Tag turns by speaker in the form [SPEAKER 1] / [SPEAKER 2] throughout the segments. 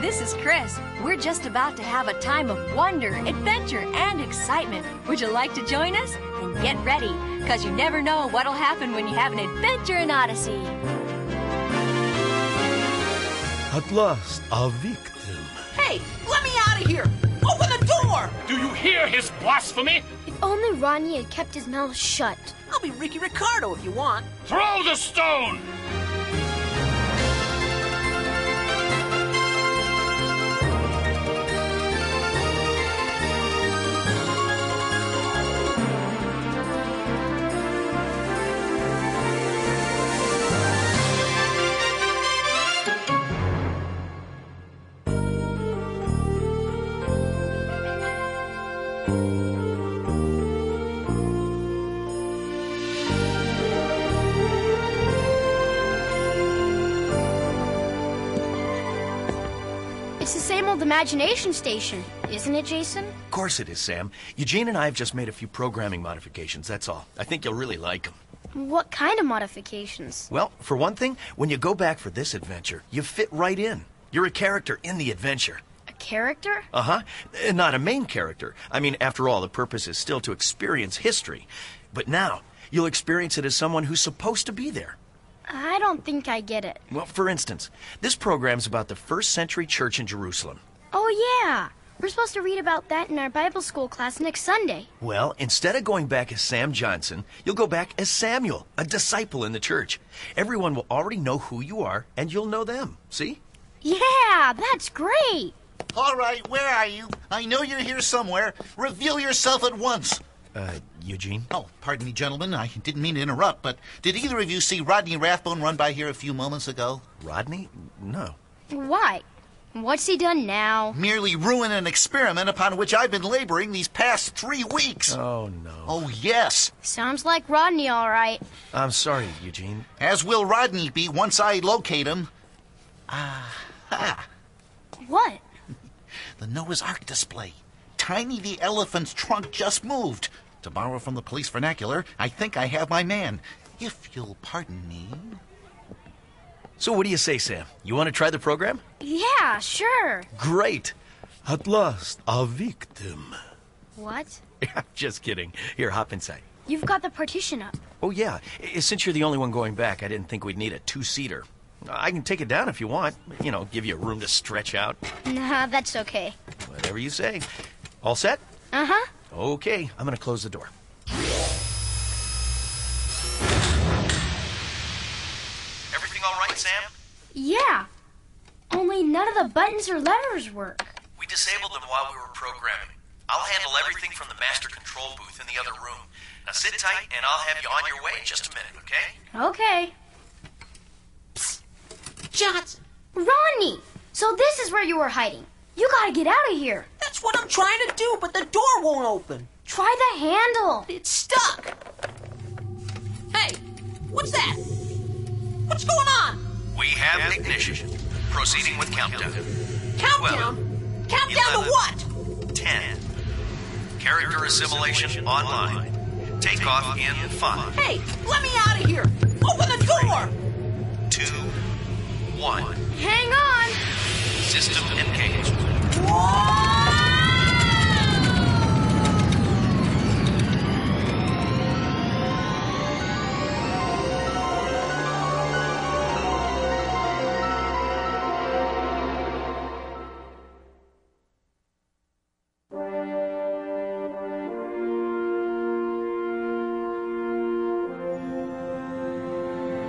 [SPEAKER 1] This is Chris. We're just about to have a time of wonder, adventure, and excitement. Would you like to join us? And get ready, because you never know what'll happen when you have an adventure in Odyssey.
[SPEAKER 2] At last, a victim.
[SPEAKER 3] Hey, let me out of here! Open the door!
[SPEAKER 4] Do you hear his blasphemy?
[SPEAKER 5] If only Ronnie had kept his mouth shut.
[SPEAKER 3] I'll be Ricky Ricardo if you want.
[SPEAKER 4] Throw the stone!
[SPEAKER 5] It's the same old imagination station, isn't it, Jason?
[SPEAKER 6] Of course it is, Sam. Eugene and I have just made a few programming modifications, that's all. I think you'll really like them.
[SPEAKER 5] What kind of modifications?
[SPEAKER 6] Well, for one thing, when you go back for this adventure, you fit right in. You're a character in the adventure.
[SPEAKER 5] A character?
[SPEAKER 6] Uh huh. Not a main character. I mean, after all, the purpose is still to experience history. But now, you'll experience it as someone who's supposed to be there.
[SPEAKER 5] I don't think I get it.
[SPEAKER 6] Well, for instance, this program's about the first century church in Jerusalem.
[SPEAKER 5] Oh, yeah. We're supposed to read about that in our Bible school class next Sunday.
[SPEAKER 6] Well, instead of going back as Sam Johnson, you'll go back as Samuel, a disciple in the church. Everyone will already know who you are, and you'll know them. See?
[SPEAKER 5] Yeah, that's great.
[SPEAKER 7] All right, where are you? I know you're here somewhere. Reveal yourself at once.
[SPEAKER 6] Uh, Eugene?
[SPEAKER 7] Oh, pardon me, gentlemen. I didn't mean to interrupt, but did either of you see Rodney Rathbone run by here a few moments ago?
[SPEAKER 6] Rodney? No.
[SPEAKER 5] Why? What's he done now?
[SPEAKER 7] Merely ruin an experiment upon which I've been laboring these past three weeks.
[SPEAKER 6] Oh, no.
[SPEAKER 7] Oh, yes.
[SPEAKER 5] Sounds like Rodney, all right.
[SPEAKER 6] I'm sorry, Eugene.
[SPEAKER 7] As will Rodney be once I locate him. Ah,
[SPEAKER 5] What?
[SPEAKER 7] The Noah's Ark display. Tiny the elephant's trunk just moved. To borrow from the police vernacular, I think I have my man. If you'll pardon me.
[SPEAKER 6] So, what do you say, Sam? You want to try the program?
[SPEAKER 5] Yeah, sure.
[SPEAKER 6] Great.
[SPEAKER 2] At last, a victim.
[SPEAKER 5] What?
[SPEAKER 6] Just kidding. Here, hop inside.
[SPEAKER 5] You've got the partition up.
[SPEAKER 6] Oh, yeah. I- Since you're the only one going back, I didn't think we'd need a two seater. I can take it down if you want. You know, give you room to stretch out.
[SPEAKER 5] Nah, that's okay.
[SPEAKER 6] Whatever you say. All set?
[SPEAKER 5] Uh huh.
[SPEAKER 6] Okay, I'm going to close the door. Everything all right, Sam?
[SPEAKER 5] Yeah. Only none of the buttons or levers work.
[SPEAKER 6] We disabled them while we were programming. I'll handle everything from the master control booth in the other room. Now sit tight, and I'll have you on your way in just a minute, okay?
[SPEAKER 5] Okay.
[SPEAKER 3] Shots!
[SPEAKER 5] Ronnie! So this is where you were hiding. You gotta get out of here.
[SPEAKER 3] That's what I'm trying to do, but the door won't open.
[SPEAKER 5] Try the handle.
[SPEAKER 3] It's stuck! Hey, what's that? What's going on?
[SPEAKER 6] We have ignition. Proceeding with countdown.
[SPEAKER 3] Countdown? Countdown to
[SPEAKER 6] Eleven.
[SPEAKER 3] what?
[SPEAKER 6] 10. Character assimilation online. Takeoff in 5,
[SPEAKER 3] Hey, let me out of here! Open the door!
[SPEAKER 6] 2, 1.
[SPEAKER 5] Hang on.
[SPEAKER 6] System engaged.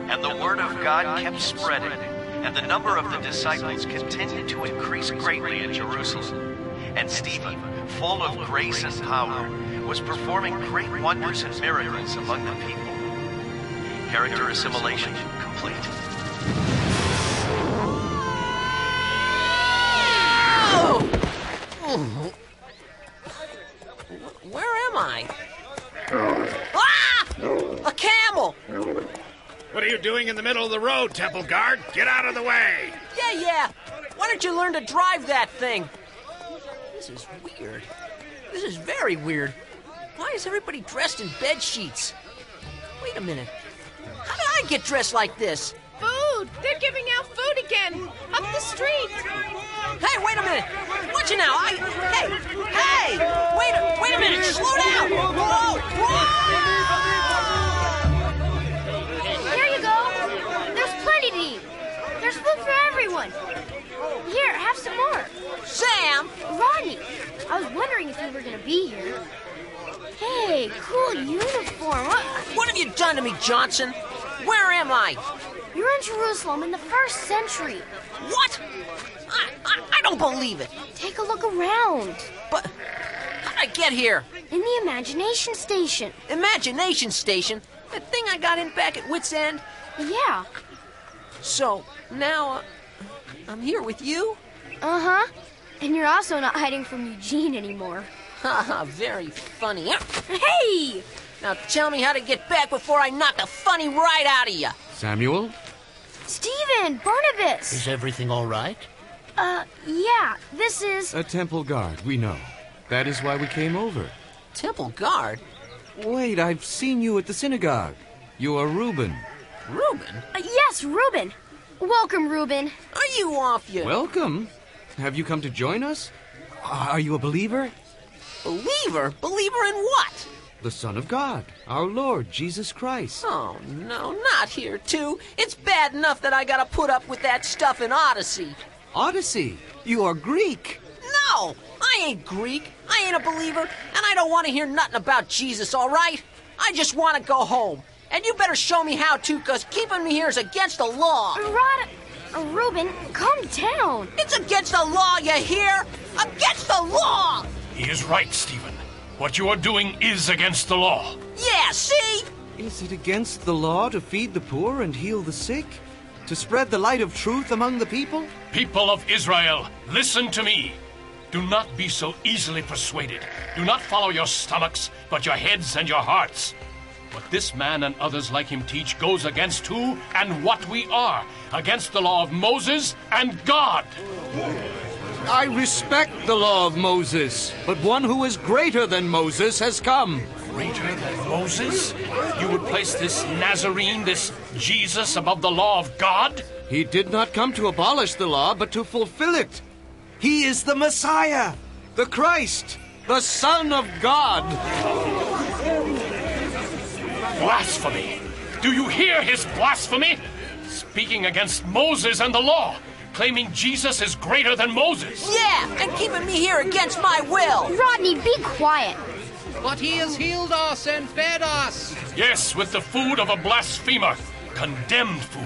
[SPEAKER 6] And the word of God kept spreading, and the number of the disciples continued to increase greatly in Jerusalem. And Stephen, full of grace and power, was performing great wonders and miracles among the people. Character assimilation complete.
[SPEAKER 3] Where am I? Ah! A camel!
[SPEAKER 4] What are you doing in the middle of the road, Temple Guard? Get out of the way!
[SPEAKER 3] Yeah, yeah. Why don't you learn to drive that thing? This is weird. This is very weird. Why is everybody dressed in bed sheets? Wait a minute. How did I get dressed like this?
[SPEAKER 8] Food! They're giving out food again! Jim. Up the street.
[SPEAKER 3] Hey, wait a minute! Watch it now! I hey hey! Wait a wait a minute! Slow down! Whoa! Whoa!
[SPEAKER 5] Here you go. There's plenty to eat. There's food for everyone. Here, have some more.
[SPEAKER 3] Sam!
[SPEAKER 5] Ronnie, I was wondering if you were going to be here. Hey, cool uniform. What?
[SPEAKER 3] What have you done to me, Johnson? Where am I?
[SPEAKER 5] You're in Jerusalem in the first century.
[SPEAKER 3] What? I, I, I don't believe it.
[SPEAKER 5] Take a look around.
[SPEAKER 3] But how would I get here?
[SPEAKER 5] In the imagination station.
[SPEAKER 3] Imagination Station? That thing I got in back at Wits End?
[SPEAKER 5] Yeah.
[SPEAKER 3] So now uh, I'm here with you?
[SPEAKER 5] Uh huh. And you're also not hiding from Eugene anymore.
[SPEAKER 3] Haha, very uh, funny.
[SPEAKER 5] Hey!
[SPEAKER 3] Now tell me how to get back before I knock the funny right out of you.
[SPEAKER 9] Samuel,
[SPEAKER 5] Steven! Barnabas!
[SPEAKER 10] Is everything all right?
[SPEAKER 5] Uh, yeah, this is.
[SPEAKER 9] a temple guard, we know. That is why we came over.
[SPEAKER 3] Temple Guard?
[SPEAKER 9] Wait, I've seen you at the synagogue. You are Reuben.
[SPEAKER 3] Reuben?
[SPEAKER 5] Uh, yes, Reuben! Welcome, Reuben.
[SPEAKER 3] Are you off your
[SPEAKER 9] Welcome. Have you come to join us? Are you a believer?
[SPEAKER 3] believer? Believer in what?
[SPEAKER 9] The Son of God, our Lord Jesus Christ.
[SPEAKER 3] Oh, no, not here, too. It's bad enough that I gotta put up with that stuff in Odyssey.
[SPEAKER 9] Odyssey, you are Greek.
[SPEAKER 3] No! I ain't Greek. I ain't a believer, and I don't want to hear nothing about Jesus, all right? I just want to go home. And you better show me how to, because keeping me here is against the law.
[SPEAKER 5] Rod. Uh, Reuben, calm down.
[SPEAKER 3] It's against the law, you hear? Against the law!
[SPEAKER 4] He is right, Stephen. What you are doing is against the law.
[SPEAKER 3] Yeah, see?
[SPEAKER 9] Is it against the law to feed the poor and heal the sick? To spread the light of truth among the people?
[SPEAKER 4] People of Israel, listen to me. Do not be so easily persuaded. Do not follow your stomachs, but your heads and your hearts. What this man and others like him teach goes against who and what we are, against the law of Moses and God.
[SPEAKER 9] I respect the law of Moses, but one who is greater than Moses has come.
[SPEAKER 4] Greater than Moses? You would place this Nazarene, this Jesus, above the law of God?
[SPEAKER 9] He did not come to abolish the law, but to fulfill it. He is the Messiah, the Christ, the Son of God.
[SPEAKER 4] Blasphemy! Do you hear his blasphemy? Speaking against Moses and the law, claiming Jesus is greater than Moses.
[SPEAKER 3] Yeah, and keeping me here against my will.
[SPEAKER 5] Rodney, be quiet.
[SPEAKER 8] But he has healed us and fed us.
[SPEAKER 4] Yes, with the food of a blasphemer, condemned food,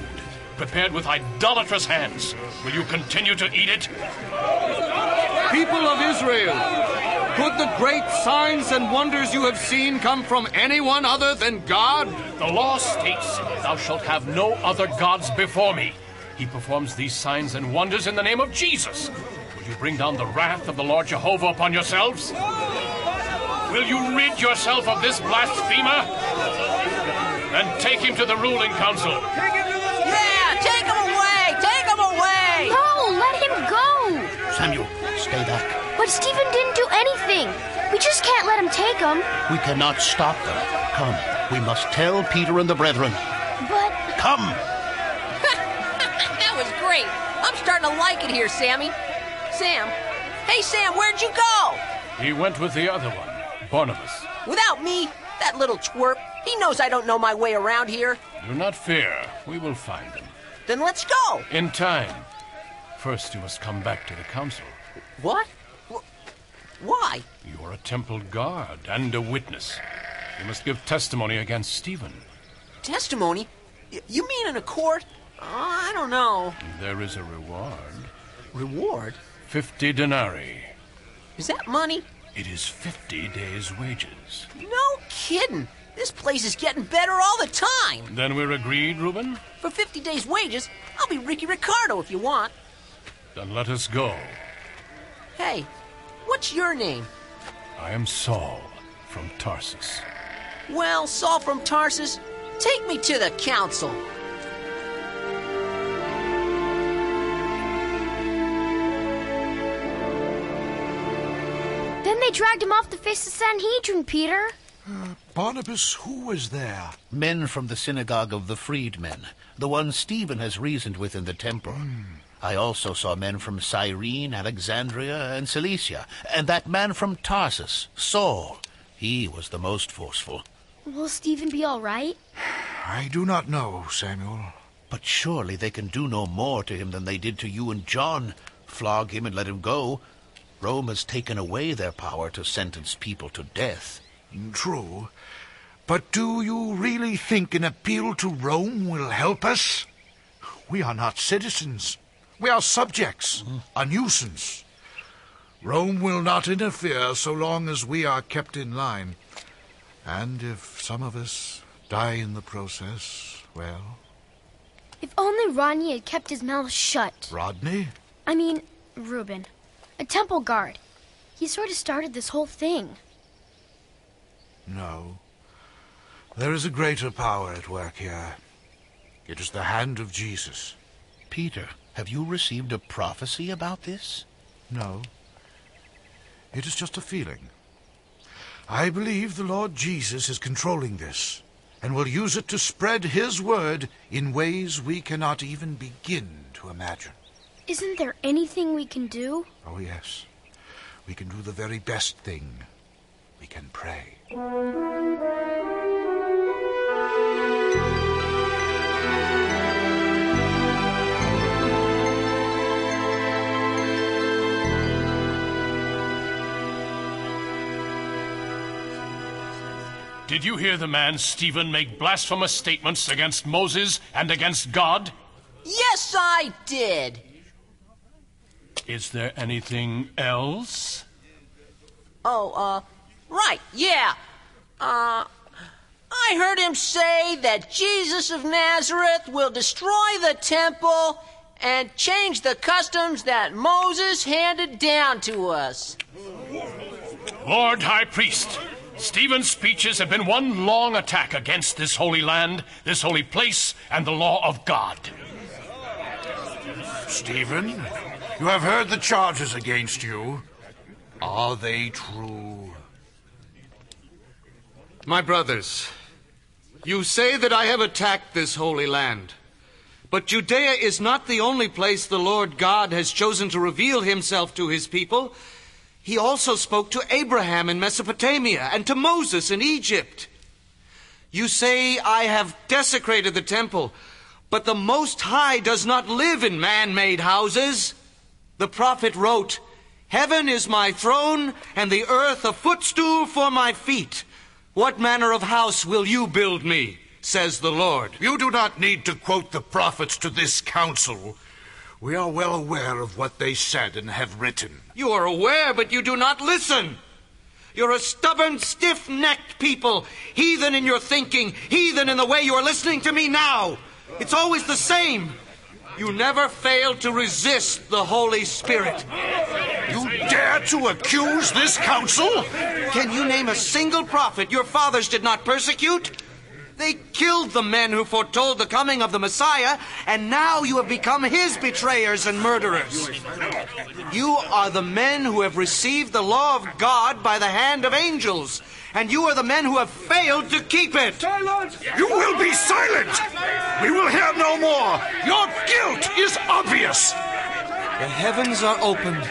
[SPEAKER 4] prepared with idolatrous hands. Will you continue to eat it?
[SPEAKER 9] People of Israel, could the great signs and wonders you have seen come from anyone other than God?
[SPEAKER 4] The law states, Thou shalt have no other gods before me. He performs these signs and wonders in the name of Jesus. Will you bring down the wrath of the Lord Jehovah upon yourselves? Will you rid yourself of this blasphemer? Then take him to the ruling council.
[SPEAKER 3] Yeah, take him away! Take him away!
[SPEAKER 5] No, let him go.
[SPEAKER 10] Samuel, stay back.
[SPEAKER 5] But Stephen didn't do anything. We just can't let him take him.
[SPEAKER 10] We cannot stop them. Come, we must tell Peter and the brethren.
[SPEAKER 5] But
[SPEAKER 10] Come!
[SPEAKER 3] that was great. I'm starting to like it here, Sammy. Sam. Hey, Sam, where'd you go?
[SPEAKER 4] He went with the other one, Barnabas.
[SPEAKER 3] Without me, that little twerp. He knows I don't know my way around here.
[SPEAKER 4] Do not fear, we will find him.
[SPEAKER 3] Then let's go.
[SPEAKER 4] In time. First, you must come back to the council.
[SPEAKER 3] What? Why?
[SPEAKER 4] You are a temple guard and a witness. You must give testimony against Stephen.
[SPEAKER 3] Testimony? Y- You mean in a court? Uh, I don't know.
[SPEAKER 4] There is a reward
[SPEAKER 3] Reward?
[SPEAKER 4] 50 denarii.
[SPEAKER 3] Is that money?
[SPEAKER 4] It is 50 days' wages.
[SPEAKER 3] No kidding. This place is getting better all the time.
[SPEAKER 4] Then we're agreed, Reuben?
[SPEAKER 3] For 50 days' wages, I'll be Ricky Ricardo if you want.
[SPEAKER 4] Then let us go.
[SPEAKER 3] Hey, what's your name?
[SPEAKER 4] I am Saul from Tarsus.
[SPEAKER 3] Well, Saul from Tarsus, take me to the council.
[SPEAKER 5] then they dragged him off to face the Sanhedrin, Peter.
[SPEAKER 2] Barnabas, who was there?
[SPEAKER 10] Men from the synagogue of the freedmen, the one Stephen has reasoned with in the temple. I also saw men from Cyrene, Alexandria, and Cilicia, and that man from Tarsus, Saul. He was the most forceful.
[SPEAKER 5] Will Stephen be all right?
[SPEAKER 10] I do not know, Samuel. But surely they can do no more to him than they did to you and John. Flog him and let him go. Rome has taken away their power to sentence people to death.
[SPEAKER 2] True. But do you really think an appeal to Rome will help us? We are not citizens. We are subjects, a nuisance. Rome will not interfere so long as we are kept in line. And if some of us die in the process, well,
[SPEAKER 5] If only Ronnie had kept his mouth shut.
[SPEAKER 2] Rodney?
[SPEAKER 5] I mean, Reuben. A temple guard. He sort of started this whole thing.
[SPEAKER 2] No. There is a greater power at work here. It is the hand of Jesus.
[SPEAKER 10] Peter, have you received a prophecy about this?
[SPEAKER 2] No. It is just a feeling. I believe the Lord Jesus is controlling this and will use it to spread his word in ways we cannot even begin to imagine.
[SPEAKER 5] Isn't there anything we can do?
[SPEAKER 2] Oh, yes. We can do the very best thing. We can pray.
[SPEAKER 4] Did you hear the man Stephen make blasphemous statements against Moses and against God?
[SPEAKER 3] Yes, I did.
[SPEAKER 4] Is there anything else?
[SPEAKER 3] Oh, uh, right, yeah. Uh, I heard him say that Jesus of Nazareth will destroy the temple and change the customs that Moses handed down to us.
[SPEAKER 4] Lord High Priest, Stephen's speeches have been one long attack against this holy land, this holy place, and the law of God.
[SPEAKER 2] Stephen, you have heard the charges against you. Are they true?
[SPEAKER 9] My brothers, you say that I have attacked this holy land. But Judea is not the only place the Lord God has chosen to reveal himself to his people. He also spoke to Abraham in Mesopotamia and to Moses in Egypt. You say I have desecrated the temple, but the Most High does not live in man made houses. The prophet wrote, Heaven is my throne, and the earth a footstool for my feet. What manner of house will you build me? says the Lord.
[SPEAKER 2] You do not need to quote the prophets to this council. We are well aware of what they said and have written.
[SPEAKER 9] You are aware, but you do not listen. You're a stubborn, stiff necked people, heathen in your thinking, heathen in the way you are listening to me now. It's always the same. You never fail to resist the Holy Spirit. You
[SPEAKER 2] dare to accuse this council?
[SPEAKER 9] Can you name a single prophet your fathers did not persecute? They killed the men who foretold the coming of the Messiah, and now you have become his betrayers and murderers. You are the men who have received the law of God by the hand of angels, and you are the men who have failed to keep it. Silence!
[SPEAKER 2] You will be silent! We will hear no more! Your guilt is obvious!
[SPEAKER 9] The heavens are opened.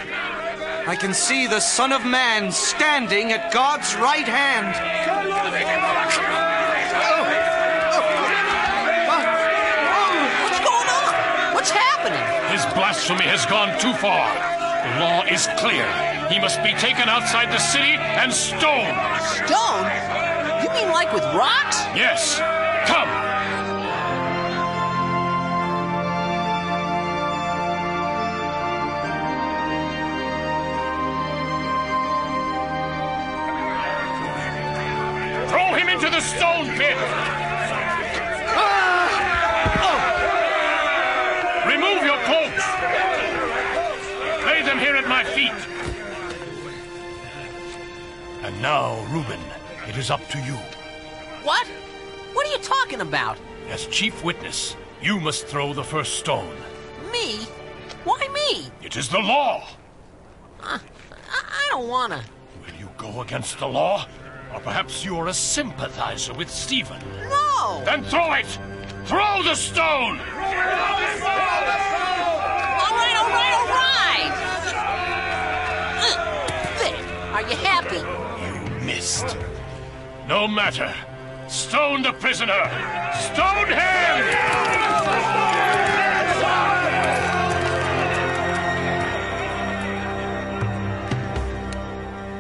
[SPEAKER 9] I can see the Son of Man standing at God's right hand.
[SPEAKER 3] What's going on? What's happening?
[SPEAKER 4] His blasphemy has gone too far. The law is clear. He must be taken outside the city and stoned.
[SPEAKER 3] Stone? You mean like with rocks?
[SPEAKER 4] Yes, come. Throw him into the stone pit.
[SPEAKER 3] Ah! Oh!
[SPEAKER 4] Remove your cloaks. Lay them here at my feet. And now, Reuben, it is up to you.
[SPEAKER 3] What? What are you talking about?
[SPEAKER 4] As chief witness, you must throw the first stone.
[SPEAKER 3] Me? Why me?
[SPEAKER 4] It is the law.
[SPEAKER 3] I, I don't wanna.
[SPEAKER 4] Will you go against the law? Or perhaps you are a sympathizer with Stephen.
[SPEAKER 3] No!
[SPEAKER 4] Then throw it! Throw the stone!
[SPEAKER 3] All right, Uh, you happy?
[SPEAKER 4] Missed. No matter. Stone the prisoner. Stone him!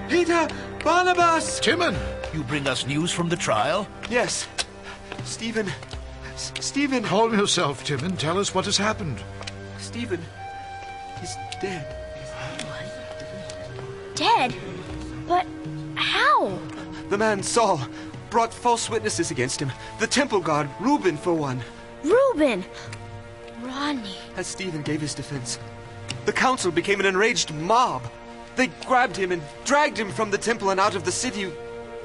[SPEAKER 10] Peter! Barnabas! Timon! You bring us news from the trial?
[SPEAKER 2] Yes. Stephen. Stephen. Calm yourself, Timon. Tell us what has happened.
[SPEAKER 11] Stephen is dead.
[SPEAKER 5] Dead? But how?
[SPEAKER 11] The man Saul brought false witnesses against him. The temple guard, Reuben, for one.
[SPEAKER 5] Reuben! Ronnie.
[SPEAKER 11] As Stephen gave his defense, the council became an enraged mob. They grabbed him and dragged him from the temple and out of the city,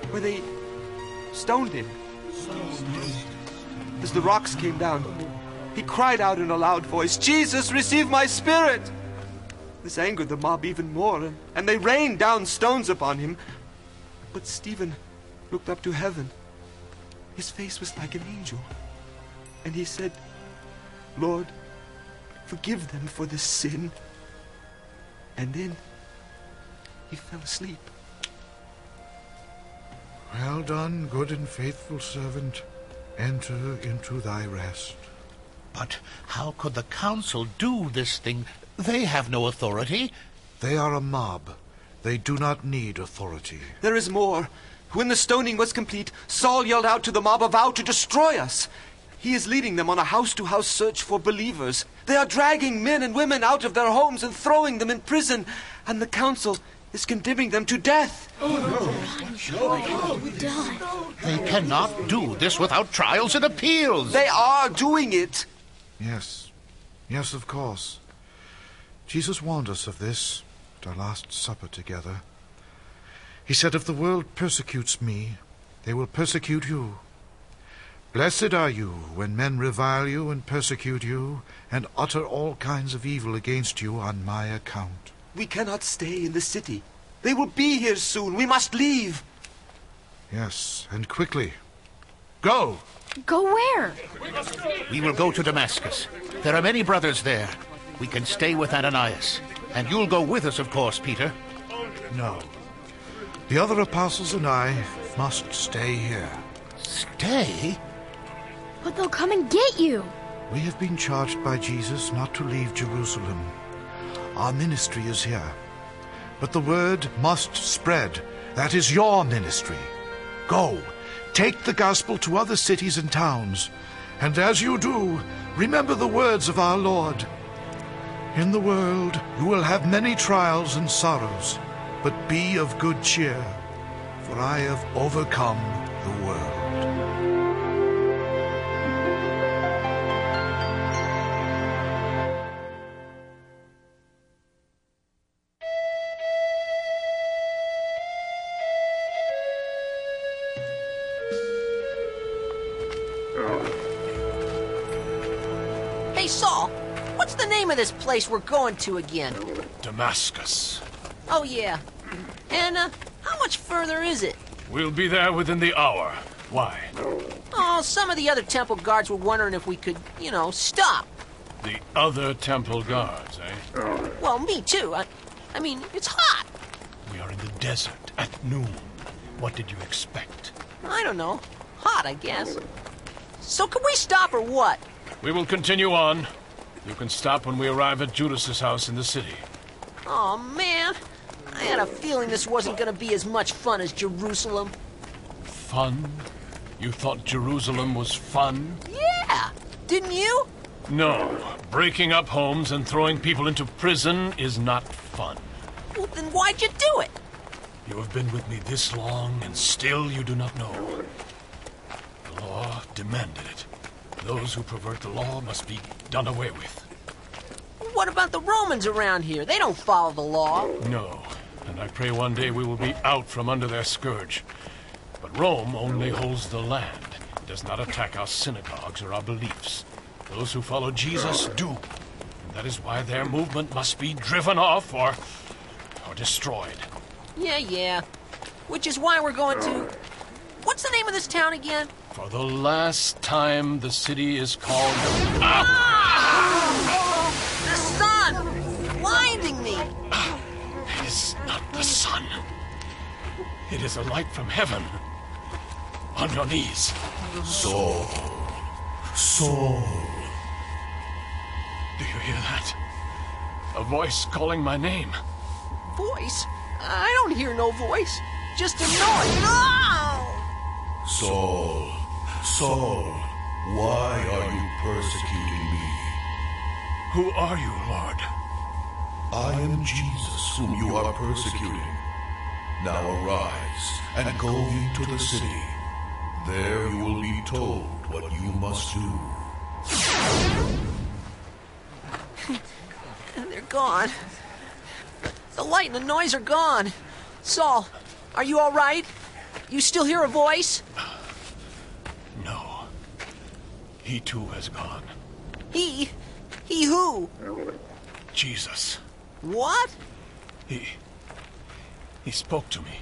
[SPEAKER 11] where they stoned him. As the rocks came down, he cried out in a loud voice, Jesus, receive my spirit! This angered the mob even more, and, and they rained down stones upon him. But Stephen looked up to heaven. His face was like an angel. And he said, Lord, forgive them for this sin. And then he fell asleep.
[SPEAKER 2] Well done, good and faithful servant. Enter into thy rest.
[SPEAKER 10] But how could the council do this thing? They have no authority.
[SPEAKER 2] They are a mob. They do not need authority.
[SPEAKER 11] There is more. When the stoning was complete, Saul yelled out to the mob, a vow to destroy us. He is leading them on a house to house search for believers. They are dragging men and women out of their homes and throwing them in prison, and the council is condemning them to death.
[SPEAKER 3] Oh,
[SPEAKER 10] They cannot do this without trials and appeals.
[SPEAKER 11] They are doing it.
[SPEAKER 2] Yes. Yes, of course. Jesus warned us of this at our Last Supper together. He said, If the world persecutes me, they will persecute you. Blessed are you when men revile you and persecute you and utter all kinds of evil against you on my account.
[SPEAKER 11] We cannot stay in the city. They will be here soon. We must leave.
[SPEAKER 2] Yes, and quickly. Go!
[SPEAKER 5] Go where?
[SPEAKER 10] We will go to Damascus. There are many brothers there. We can stay with Ananias. And you'll go with us, of course, Peter.
[SPEAKER 2] No. The other apostles and I must stay here.
[SPEAKER 10] Stay?
[SPEAKER 5] But they'll come and get you.
[SPEAKER 2] We have been charged by Jesus not to leave Jerusalem. Our ministry is here. But the word must spread. That is your ministry. Go, take the gospel to other cities and towns. And as you do, remember the words of our Lord. In the world you will have many trials and sorrows, but be of good cheer, for I have overcome the world.
[SPEAKER 3] Hey, Saul, what's the name of this place we're going to again?
[SPEAKER 4] Damascus.
[SPEAKER 3] Oh, yeah. And, uh, how much further is it?
[SPEAKER 4] We'll be there within the hour. Why?
[SPEAKER 3] Oh, some of the other temple guards were wondering if we could, you know, stop.
[SPEAKER 4] The other temple guards, eh?
[SPEAKER 3] Well, me too. I, I mean, it's hot.
[SPEAKER 4] We are in the desert at noon. What did you expect?
[SPEAKER 3] I don't know. Hot, I guess. So, can we stop or what?
[SPEAKER 4] We will continue on. You can stop when we arrive at Judas's house in the city.
[SPEAKER 3] Oh, man. I had a feeling this wasn't going to be as much fun as Jerusalem.
[SPEAKER 4] Fun? You thought Jerusalem was fun?
[SPEAKER 3] Yeah! Didn't you?
[SPEAKER 4] No. Breaking up homes and throwing people into prison is not fun.
[SPEAKER 3] Well, then why'd you do it?
[SPEAKER 4] You have been with me this long, and still you do not know. The law demanded it. Those who pervert the law must be done away with.
[SPEAKER 3] What about the Romans around here? They don't follow the law.
[SPEAKER 4] No, and I pray one day we will be out from under their scourge. But Rome only holds the land, It does not attack our synagogues or our beliefs. Those who follow Jesus do. And that is why their movement must be driven off or, or destroyed.
[SPEAKER 3] Yeah, yeah. Which is why we're going to. What's the name of this town again?
[SPEAKER 4] For the last time, the city is called.
[SPEAKER 3] Ah! The sun! Blinding me!
[SPEAKER 4] It is not the sun. It is a light from heaven. On your knees.
[SPEAKER 10] Soul.
[SPEAKER 4] Soul. Do you hear that? A voice calling my name.
[SPEAKER 3] Voice? I don't hear no voice. Just a noise. Ah! No!
[SPEAKER 12] Saul, Saul, why are you persecuting me?
[SPEAKER 4] Who are you, Lord?
[SPEAKER 12] I am Jesus whom you are persecuting. Now arise and go into the city. There you will be told what you must do.
[SPEAKER 3] And they're gone. The light and the noise are gone. Saul, are you all right? You still hear a voice?
[SPEAKER 4] No. He too has gone.
[SPEAKER 3] He? He who?
[SPEAKER 4] Jesus.
[SPEAKER 3] What?
[SPEAKER 4] He. He spoke to me.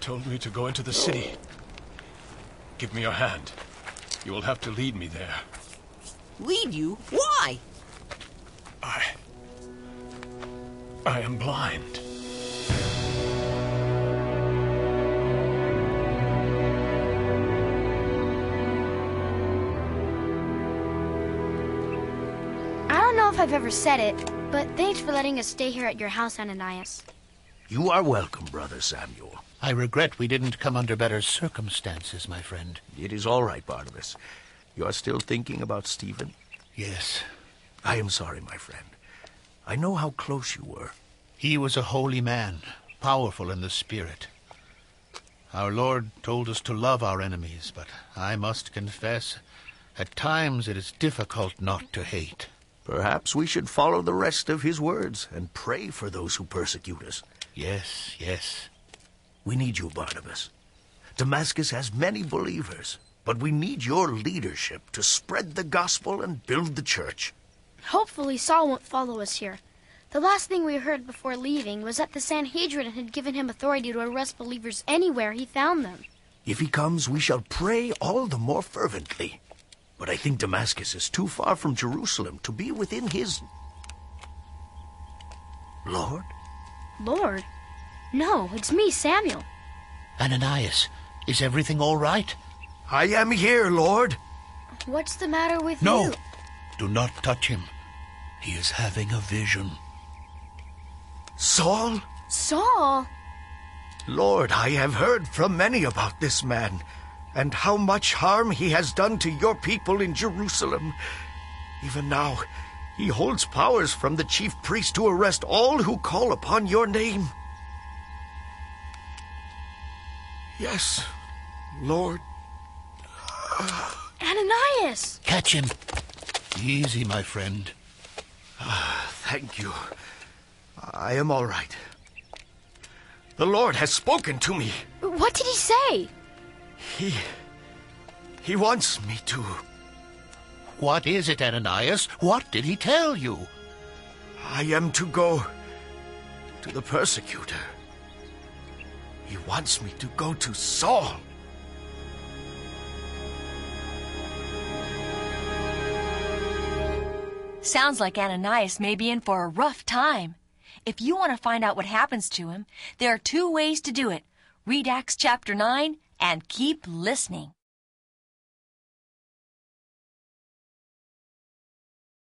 [SPEAKER 4] Told me to go into the city. Give me your hand. You will have to lead me there.
[SPEAKER 3] Lead you? Why?
[SPEAKER 4] I. I am blind.
[SPEAKER 5] I don't know if I've ever said it, but thanks for letting us stay here at your house, Ananias.
[SPEAKER 10] You are welcome, Brother Samuel. I regret we didn't come under better circumstances, my friend.
[SPEAKER 13] It is all right, Barnabas. You are still thinking about Stephen?
[SPEAKER 10] Yes.
[SPEAKER 13] I am sorry, my friend. I know how close you were.
[SPEAKER 10] He was a holy man, powerful in the spirit. Our Lord told us to love our enemies, but I must confess, at times it is difficult not to hate.
[SPEAKER 13] Perhaps we should follow the rest of his words and pray for those who persecute us.
[SPEAKER 10] Yes, yes.
[SPEAKER 13] We need you, Barnabas. Damascus has many believers, but we need your leadership to spread the gospel and build the church.
[SPEAKER 5] Hopefully, Saul won't follow us here. The last thing we heard before leaving was that the Sanhedrin had given him authority to arrest believers anywhere he found them.
[SPEAKER 13] If he comes, we shall pray all the more fervently. But I think Damascus is too far from Jerusalem to be within his. Lord?
[SPEAKER 5] Lord? No, it's me, Samuel.
[SPEAKER 10] Ananias, is everything all right?
[SPEAKER 13] I am here, Lord.
[SPEAKER 5] What's the matter with
[SPEAKER 10] No.
[SPEAKER 5] you?
[SPEAKER 10] Do not touch him. He is having a vision.
[SPEAKER 13] Saul?
[SPEAKER 5] Saul?
[SPEAKER 13] Lord, I have heard from many about this man, and how much harm he has done to your people in Jerusalem. Even now, he holds powers from the chief priest to arrest all who call upon your name. Yes, Lord.
[SPEAKER 5] Ananias!
[SPEAKER 10] Catch him. Easy, my friend.
[SPEAKER 13] Ah, Thank you. I am all right. The Lord has spoken to me.
[SPEAKER 5] What did he say?
[SPEAKER 13] He. He wants me to.
[SPEAKER 10] What is it, Ananias? What did he tell you?
[SPEAKER 13] I am to go to the persecutor. He wants me to go to Saul.
[SPEAKER 1] Sounds like Ananias may be in for a rough time. If you want to find out what happens to him, there are two ways to do it read Acts chapter 9 and keep listening.